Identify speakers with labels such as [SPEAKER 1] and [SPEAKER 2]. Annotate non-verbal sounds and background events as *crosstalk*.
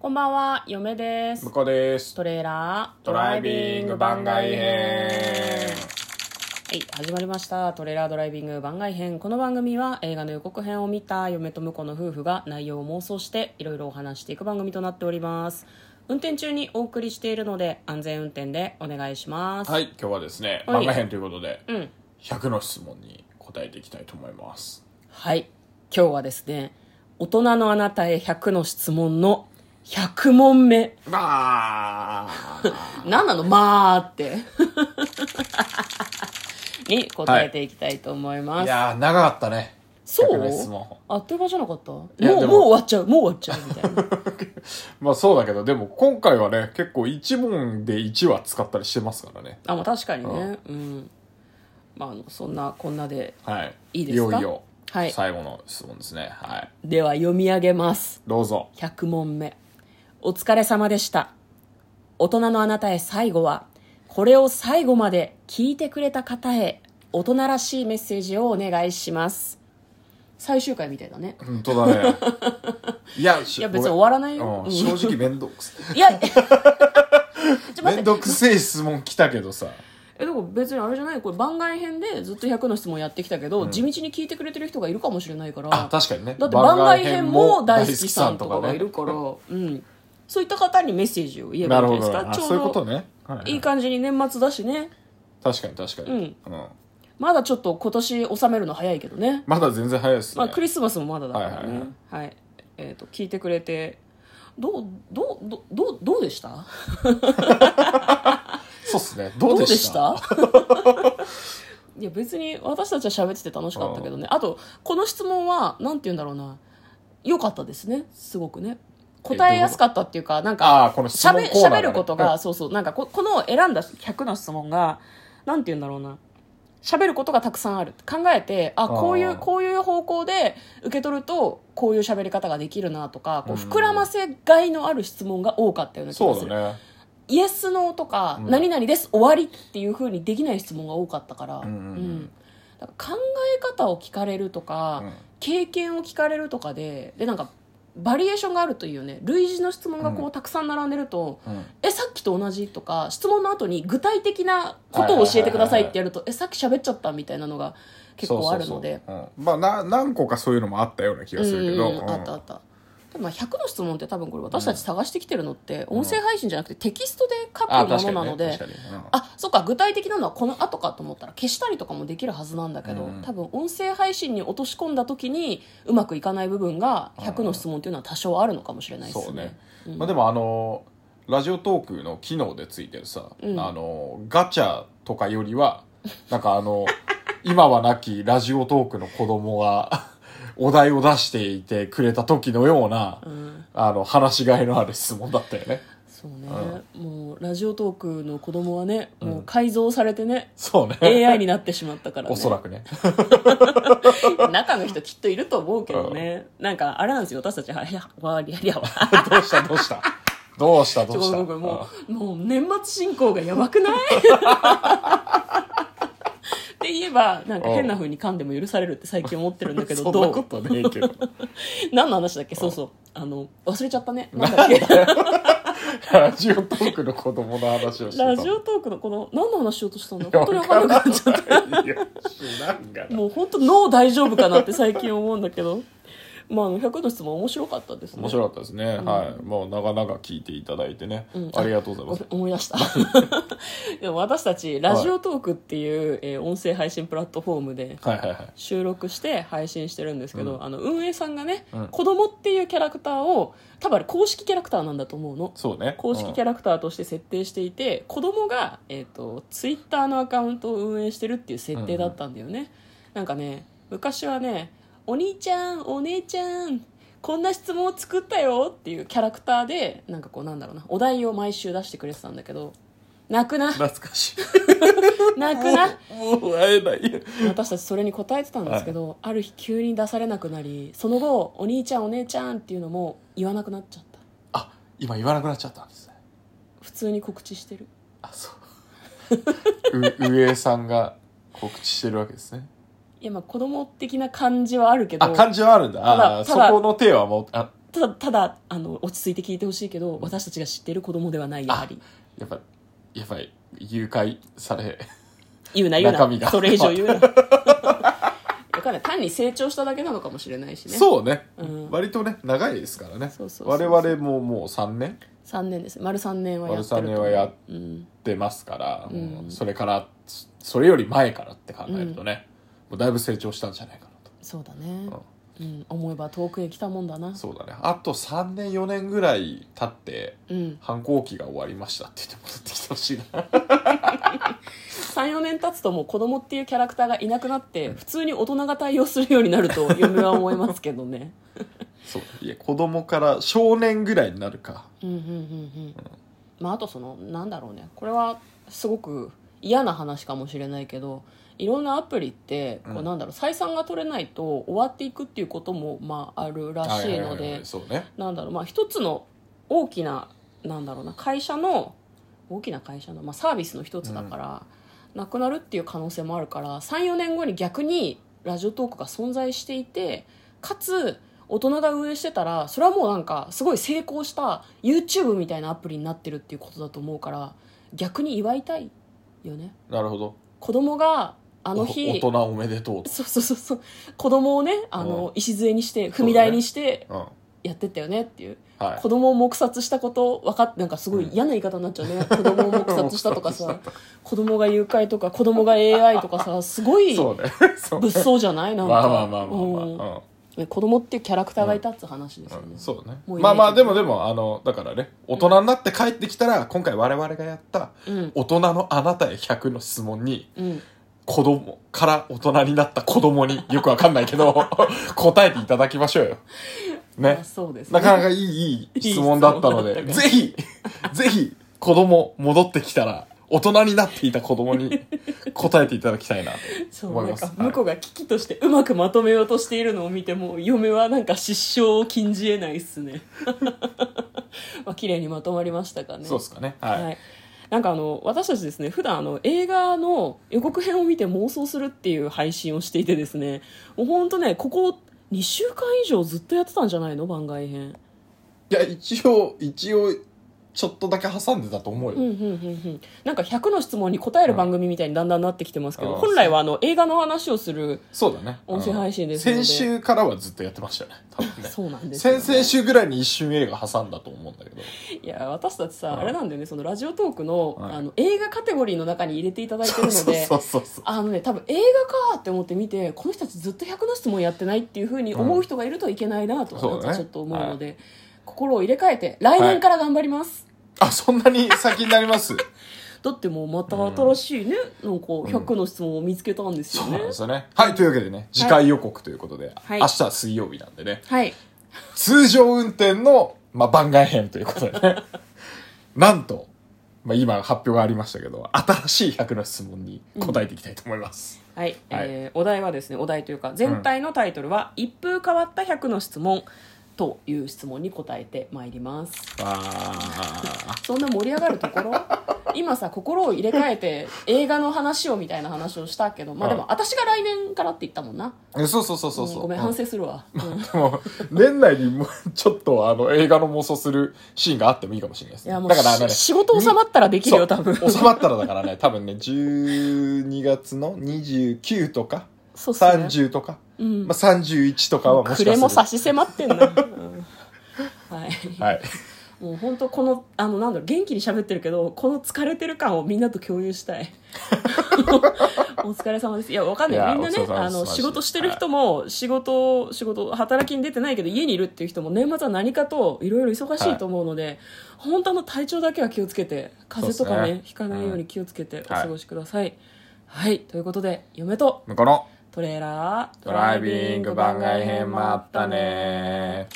[SPEAKER 1] こんばんは、嫁です
[SPEAKER 2] 向。こうです
[SPEAKER 1] トレーラード
[SPEAKER 2] ドライビング番外編
[SPEAKER 1] はい、始まりました。トレーラードライビング番外編。この番組は映画の予告編を見た嫁と婿の夫婦が内容を妄想していろいろお話していく番組となっております。運転中にお送りしているので安全運転でお願いします。
[SPEAKER 2] はい今日はですね
[SPEAKER 1] はい
[SPEAKER 2] 番外編ということで、
[SPEAKER 1] うん。
[SPEAKER 2] 100の質問に答えていきたいと思います
[SPEAKER 1] はい。今日はですね、大人のあなたへ100の質問の100問目。
[SPEAKER 2] まあ
[SPEAKER 1] 何なのまあって。に答えていきたいと思います。
[SPEAKER 2] いやー長かったね
[SPEAKER 1] そう
[SPEAKER 2] 100の質問
[SPEAKER 1] あっという間じゃなかったもう
[SPEAKER 2] いや
[SPEAKER 1] も
[SPEAKER 2] で
[SPEAKER 1] う
[SPEAKER 2] も
[SPEAKER 1] 終わっちゃうもう終わっちゃうみたいな
[SPEAKER 2] まあそうだけどでも今回はね結構1問で1話使ったりしてますからね
[SPEAKER 1] あまあ確かにねうんまああのそんなこんなで
[SPEAKER 2] はい
[SPEAKER 1] いいですか
[SPEAKER 2] よいよ、
[SPEAKER 1] はい
[SPEAKER 2] 最後の質問ですねはい
[SPEAKER 1] では読み上げます
[SPEAKER 2] どうぞ
[SPEAKER 1] 100問目お疲れ様でした大人のあなたへ最後はこれを最後まで聞いてくれた方へ大人らしいメッセージをお願いします最終回みたいだね
[SPEAKER 2] 本当だ
[SPEAKER 1] *laughs*
[SPEAKER 2] ねいやい
[SPEAKER 1] いや別に終わらないようん
[SPEAKER 2] 正直面倒く
[SPEAKER 1] *laughs*
[SPEAKER 2] せ
[SPEAKER 1] いやちょっと
[SPEAKER 2] め
[SPEAKER 1] 待
[SPEAKER 2] ん
[SPEAKER 1] って
[SPEAKER 2] どくせえ質問来たけどさ
[SPEAKER 1] えでも別にあれじゃないこれ番外編でずっと100の質問やってきたけど、地道に聞いてくれてる人がいるかもしれないから
[SPEAKER 2] あ確かにね
[SPEAKER 1] だって番外編も大好きさんとかがいるから、うん、そういった方にメッセージを言えば
[SPEAKER 2] ない
[SPEAKER 1] い
[SPEAKER 2] る
[SPEAKER 1] んじ
[SPEAKER 2] ほ
[SPEAKER 1] ゃないで
[SPEAKER 2] ど
[SPEAKER 1] すかちょ
[SPEAKER 2] あそういうこと
[SPEAKER 1] う
[SPEAKER 2] ね、はいはい
[SPEAKER 1] どいい感じに年末だしね
[SPEAKER 2] 確かに確かに、
[SPEAKER 1] う
[SPEAKER 2] うん
[SPEAKER 1] まだちょっと今年収めるの早いけどね
[SPEAKER 2] まだ全然早いですね、
[SPEAKER 1] まあ、クリスマスもまだだから
[SPEAKER 2] はいはい
[SPEAKER 1] ね
[SPEAKER 2] はい
[SPEAKER 1] はいえーと聞いてくれてどうどうどうどうどうでした
[SPEAKER 2] そうっすね
[SPEAKER 1] ど
[SPEAKER 2] ど
[SPEAKER 1] う
[SPEAKER 2] う
[SPEAKER 1] で
[SPEAKER 2] で
[SPEAKER 1] し
[SPEAKER 2] した
[SPEAKER 1] た *laughs* いや別に私たちは喋ってて楽しかったけどねあとこの質問はなんて言うんだろうな良かったですねすごくね答えやすかったっていうかなんか
[SPEAKER 2] ああこの質
[SPEAKER 1] しゃ
[SPEAKER 2] 問コ
[SPEAKER 1] べ
[SPEAKER 2] ーナー、ね、
[SPEAKER 1] ることが、そうそうなんかここの選んだ100の質問がなんて言うんだろうな喋ることがたくさんある考えてあこうい
[SPEAKER 2] あ
[SPEAKER 1] う
[SPEAKER 2] ー
[SPEAKER 1] こういう方向で受け取るとこういう喋り方ができるなとかこう
[SPEAKER 2] うん
[SPEAKER 1] 膨らませがいのある質問が多かったような気がす
[SPEAKER 2] そ
[SPEAKER 1] る
[SPEAKER 2] うだね
[SPEAKER 1] イエスノーとか、
[SPEAKER 2] うん
[SPEAKER 1] 何々です終わりっていうふうにできない質問が多かったから,、
[SPEAKER 2] うんうんうん
[SPEAKER 1] だから考え方を聞かれるとか、
[SPEAKER 2] うん
[SPEAKER 1] 経験を聞かれるとかででなんかバリエーションがあるというね類似の質問がこう、
[SPEAKER 2] うん
[SPEAKER 1] たくさん並んでると
[SPEAKER 2] うん
[SPEAKER 1] えさっきと同じとか質問の後に具体的なことを教えてくださいってやると、えさっき喋っちゃったみたいなのが結構あるので
[SPEAKER 2] そうそうそううんまあな何個かそういうのもあったような気がするけど、
[SPEAKER 1] うんうんあったあったでもまあ100の質問って多分これ私たち探してきてるのって
[SPEAKER 2] ん
[SPEAKER 1] 音声配信じゃなくてテキストで書く
[SPEAKER 2] あ
[SPEAKER 1] も
[SPEAKER 2] 確か
[SPEAKER 1] のなの
[SPEAKER 2] にね
[SPEAKER 1] で、
[SPEAKER 2] 確かにうん
[SPEAKER 1] あそっか具体的なのはこの後かと思ったら消したりとかもできるはずなんだけど、
[SPEAKER 2] うん
[SPEAKER 1] 多分音声配信に落とし込んだ時にうまくいかない部分が100の質問っていうのは多少あるのかもしれないです
[SPEAKER 2] そうね
[SPEAKER 1] ね、うん
[SPEAKER 2] まあ、でもあのラジオトークの機能でついてるさ、
[SPEAKER 1] うん
[SPEAKER 2] あのガチャとかよりは *laughs* なんかあの今はなきラジオトークの子供が *laughs* お題を出していてくれた時のような、
[SPEAKER 1] うん
[SPEAKER 2] あの話しがいのある質問だったよね
[SPEAKER 1] そうね、もうラジオトークの子供はねもう改造されてね、
[SPEAKER 2] *laughs* そうね
[SPEAKER 1] AI になってしまったから、ね、
[SPEAKER 2] おそらくね
[SPEAKER 1] *laughs*
[SPEAKER 2] *laughs*
[SPEAKER 1] 中の人きっといると思うけどね、なんかあれなんですよ私たちは「いやわりやりやわ」
[SPEAKER 2] どうしたどうしたどうしたど
[SPEAKER 1] ちょ
[SPEAKER 2] うした
[SPEAKER 1] ごめんごめんもうもう年末進行がやばくない *laughs* って言えばなんか変な風に噛んでも許されるって最近思ってるんだけど
[SPEAKER 2] *laughs* そんな
[SPEAKER 1] ど
[SPEAKER 2] こ
[SPEAKER 1] う
[SPEAKER 2] とねえ
[SPEAKER 1] *laughs*
[SPEAKER 2] けど
[SPEAKER 1] 何の話だっけそうそうあの忘れちゃった
[SPEAKER 2] *laughs*
[SPEAKER 1] ねなんだっけ
[SPEAKER 2] ラジオトークの子供の話をしてた
[SPEAKER 1] ラジオトークのこの何の話しようとしたの
[SPEAKER 2] いや
[SPEAKER 1] 本当に分からなくなっちゃっ
[SPEAKER 2] いや知らんが
[SPEAKER 1] た
[SPEAKER 2] な
[SPEAKER 1] もう本当脳大丈夫かなって最近思うんだけど *laughs* まああの100の質問面白かったですね
[SPEAKER 2] 面白かったですね、はいもう長々聞いていただいてね、
[SPEAKER 1] ん
[SPEAKER 2] ありがとうござ
[SPEAKER 1] ご
[SPEAKER 2] いま
[SPEAKER 1] め
[SPEAKER 2] す
[SPEAKER 1] ん思い出
[SPEAKER 2] *laughs*
[SPEAKER 1] したでも私たちラジオトークっていう、えー音声配信プラットフォームで
[SPEAKER 2] はいはいはい
[SPEAKER 1] 収録して配信してるんですけど、
[SPEAKER 2] う
[SPEAKER 1] あの運営さんがね、
[SPEAKER 2] うん
[SPEAKER 1] 子供っていうキャラクターを多分あれ公式キャラクターなんだと思うの
[SPEAKER 2] そうね
[SPEAKER 1] 公式キ
[SPEAKER 2] ャ
[SPEAKER 1] ャラクターとして設定していて、子供が、えー、とツイッターのアカウントを運営してるっていう設定だったんだよね、なんかね昔はね「お兄ちゃんお姉ちゃんこんな質問を作ったよ」っていうキャラクターでなんかこうなんだろうなお題を毎週出してくれてたんだけど泣くな
[SPEAKER 2] 懐かしい
[SPEAKER 1] 泣くな
[SPEAKER 2] もう会えない
[SPEAKER 1] *laughs* 私たちそれに答えてたんですけど、ある日急に出されなくなりその後「お兄ちゃんお姉ちゃん」っていうのも言わなくなっちゃった
[SPEAKER 2] あ今言わなくなっちゃったんですね
[SPEAKER 1] 普通に告知してる
[SPEAKER 2] あ
[SPEAKER 1] *laughs*
[SPEAKER 2] そうう上江さんが告知してるわけですね
[SPEAKER 1] いやまあ子供的な感じはあるけど
[SPEAKER 2] あ感じはあるんだ
[SPEAKER 1] ただ
[SPEAKER 2] あー
[SPEAKER 1] ただ
[SPEAKER 2] そこの手はもうあ
[SPEAKER 1] ただただあの落ち着いて聞いてほしいけど私たちが知っている子供ではないやはり
[SPEAKER 2] やっぱやっぱり誘拐され
[SPEAKER 1] 言うな言う
[SPEAKER 2] 中身が
[SPEAKER 1] なそれ以上言う
[SPEAKER 2] *laughs*
[SPEAKER 1] なわかんない単に成長しただけなのかもしれないしね
[SPEAKER 2] そうね、
[SPEAKER 1] うん
[SPEAKER 2] 割とね長いですからね
[SPEAKER 1] そうそうそうそう
[SPEAKER 2] 我々ももう3年
[SPEAKER 1] 3年です丸3年はやってる
[SPEAKER 2] 丸三年はやっ
[SPEAKER 1] うん、
[SPEAKER 2] 出ますから、
[SPEAKER 1] うん
[SPEAKER 2] もうそれからそそれより前からって考えるとね、もうだいぶ成長したんじゃないかな
[SPEAKER 1] そうだね
[SPEAKER 2] と、、
[SPEAKER 1] うん、思えば遠くへ来たもんだな
[SPEAKER 2] そうだねあと3年4年ぐらい経って
[SPEAKER 1] うん、
[SPEAKER 2] 反抗期が終わりましたって言って戻ってきてほし
[SPEAKER 1] *laughs*
[SPEAKER 2] いな
[SPEAKER 1] 34年経つともう子供っていうキャラクターがいなくなって普通に大人が対応するようになると *laughs* 嫁は思いますけどね
[SPEAKER 2] そういや子供から少年ぐらいになるか
[SPEAKER 1] うんうんうんうんまああとそのなんだろうねこれはすごく嫌な話かもしれないけどいろんなアプリってこ
[SPEAKER 2] う
[SPEAKER 1] うんなんだろう採算が取れないと終わっていくっていうこともまああるらしいの
[SPEAKER 2] ははは
[SPEAKER 1] で
[SPEAKER 2] はそうね
[SPEAKER 1] なんだろうまあ一つの大きななんだろうな会社の大きな会社の、まあ、サービスの一つだから、なくなるっていう可能性もあるから34年後に逆にラジオトークが存在していてかつ大人が運営してたらそれはもうなんかすごい成功した YouTube みたいなアプリになってるっていうことだと思うから逆に祝いたいよね
[SPEAKER 2] なるほど
[SPEAKER 1] 子供があ
[SPEAKER 2] あ
[SPEAKER 1] の日
[SPEAKER 2] 大人おめでとうと
[SPEAKER 1] そうそうそうそう子供をねあの礎にして踏み台にして
[SPEAKER 2] うん
[SPEAKER 1] やってったよねっていう
[SPEAKER 2] はい
[SPEAKER 1] 子供を黙殺したこと分かってなんかすごい嫌な言い方になっちゃうね、
[SPEAKER 2] *laughs*
[SPEAKER 1] 子供を黙殺したとか
[SPEAKER 2] 黙
[SPEAKER 1] さ子供が誘拐とか子供が AI とかさすごい
[SPEAKER 2] *laughs* そうねそう
[SPEAKER 1] 物騒じゃないなんか
[SPEAKER 2] まあまあまあまあまあ、
[SPEAKER 1] うん
[SPEAKER 2] うん
[SPEAKER 1] ね子供っていうキャラクターがいたって話ですよね、
[SPEAKER 2] うんそうね
[SPEAKER 1] もういない
[SPEAKER 2] まあまあ
[SPEAKER 1] け
[SPEAKER 2] で
[SPEAKER 1] ど
[SPEAKER 2] もでもあのだからね大人になって帰ってきたら、今回我々がやった
[SPEAKER 1] うん
[SPEAKER 2] 大人のあなたへ100の質問に
[SPEAKER 1] うん
[SPEAKER 2] 子供から大人になった子供によくわかんないけど *laughs* 答えていただきましょうよ
[SPEAKER 1] ま
[SPEAKER 2] ね
[SPEAKER 1] あそうですね
[SPEAKER 2] なかなかいいいい質問だったので
[SPEAKER 1] いい質問だった
[SPEAKER 2] ぜひぜひ子供戻ってきたら大人になっていた子供に答えていただきたいなと
[SPEAKER 1] そう
[SPEAKER 2] 思い
[SPEAKER 1] なん
[SPEAKER 2] ます
[SPEAKER 1] か向こうが危機としてうまくまとめようとしているのを見ても嫁はなんか失笑を禁じえないっすね *laughs* まあ綺麗にまとまりましたかね
[SPEAKER 2] そうですかねはい、
[SPEAKER 1] はい、なんかあの私たちですね普段あの映画の予告編を見て妄想するっていう配信をしていてですねもうほんとねここ2週間以上ずっとやってたんじゃないの番外編
[SPEAKER 2] いや一応一応ちょっとだけ挟んでたと思うよ、
[SPEAKER 1] うんうんうんうんなんか100の質問に答える番組みたいにだんだんなってきてますけど、
[SPEAKER 2] うん
[SPEAKER 1] 本来はあの映画の話をする
[SPEAKER 2] そうだね。
[SPEAKER 1] 音声配信ですので
[SPEAKER 2] 先週からはずっとやってましたね。多分ね。
[SPEAKER 1] そうなんですよね
[SPEAKER 2] 先々週ぐらいに一瞬映画挟んだと思うんだけど。
[SPEAKER 1] いや私たちさ、
[SPEAKER 2] うん
[SPEAKER 1] あれなんだよねそのラジオトークの,、
[SPEAKER 2] はい
[SPEAKER 1] あの映画カテゴリーの中に入れていただいてるので
[SPEAKER 2] そうそうそうそう。
[SPEAKER 1] あのね多分映画かって思って見てこの人たちずっと100の質問やってないっていうふうに思う人がいるといけないなと、
[SPEAKER 2] うんそう
[SPEAKER 1] な
[SPEAKER 2] だ
[SPEAKER 1] ん
[SPEAKER 2] ね
[SPEAKER 1] かちょっと思うので、心を入れ替えて来年から頑張ります、
[SPEAKER 2] あ、そんなに先になります
[SPEAKER 1] *laughs* だってもうまた新しいね、なんか100の質問を見つけたんですよ
[SPEAKER 2] そう
[SPEAKER 1] ね、
[SPEAKER 2] なんですよね。はい、というわけでね、次回予告ということで、
[SPEAKER 1] はい
[SPEAKER 2] 明日水曜日なんでね、
[SPEAKER 1] はい
[SPEAKER 2] 通常運転の、まあ、番外編ということでね、 *laughs* なんと、まあ、今発表がありましたけど、新しい100の質問に答えていきたいと思います。
[SPEAKER 1] はい、えーお題はですねお題というか全体のタイトルは「一風変わった100の質問」という質問に答えてまいります
[SPEAKER 2] あ
[SPEAKER 1] そんな盛り上がるところ *laughs* 今さ心を入れ替えて映画の話をみたいな話をしたけどまあでも私が来年からって言ったもんな、
[SPEAKER 2] ーえそうそうそうそう
[SPEAKER 1] う
[SPEAKER 2] そ
[SPEAKER 1] ん
[SPEAKER 2] う。
[SPEAKER 1] ごめん反省するわ、うん
[SPEAKER 2] でも年内にもうちょっとあの映画の妄想するシーンがあってもいいかもしれないです、
[SPEAKER 1] い
[SPEAKER 2] ね、
[SPEAKER 1] やもう
[SPEAKER 2] だからあのね
[SPEAKER 1] し仕事収まったらできるよ多分
[SPEAKER 2] そう収まったらだからね *laughs* 多分ね12月の29とか
[SPEAKER 1] そうっすね
[SPEAKER 2] 30とか、
[SPEAKER 1] うん
[SPEAKER 2] まあ、31とかはもし
[SPEAKER 1] 暮
[SPEAKER 2] か
[SPEAKER 1] れも
[SPEAKER 2] した
[SPEAKER 1] 差し
[SPEAKER 2] ら
[SPEAKER 1] 迫ってんな、うんはい
[SPEAKER 2] はい
[SPEAKER 1] もう本当このあのなんだろう元気に喋ってるけどこの疲れてる感をみんなと共有した
[SPEAKER 2] *laughs*
[SPEAKER 1] いお疲れ様ですいやわかんない
[SPEAKER 2] いや
[SPEAKER 1] みんな
[SPEAKER 2] お
[SPEAKER 1] ね
[SPEAKER 2] 疲れ様です
[SPEAKER 1] あの
[SPEAKER 2] マジで
[SPEAKER 1] 仕事してる人も仕事仕事働きに出てないけど家にいるっていう人も年末は何かといろいろ忙しいと思うので、本当あの体調だけは気をつけて風邪とか
[SPEAKER 2] そう
[SPEAKER 1] ね
[SPEAKER 2] ですね
[SPEAKER 1] ひかないように気をつけてお過ごしください、はい、ということで嫁と
[SPEAKER 2] 向こうの
[SPEAKER 1] トレーラー
[SPEAKER 2] ドライビング番外編もあったね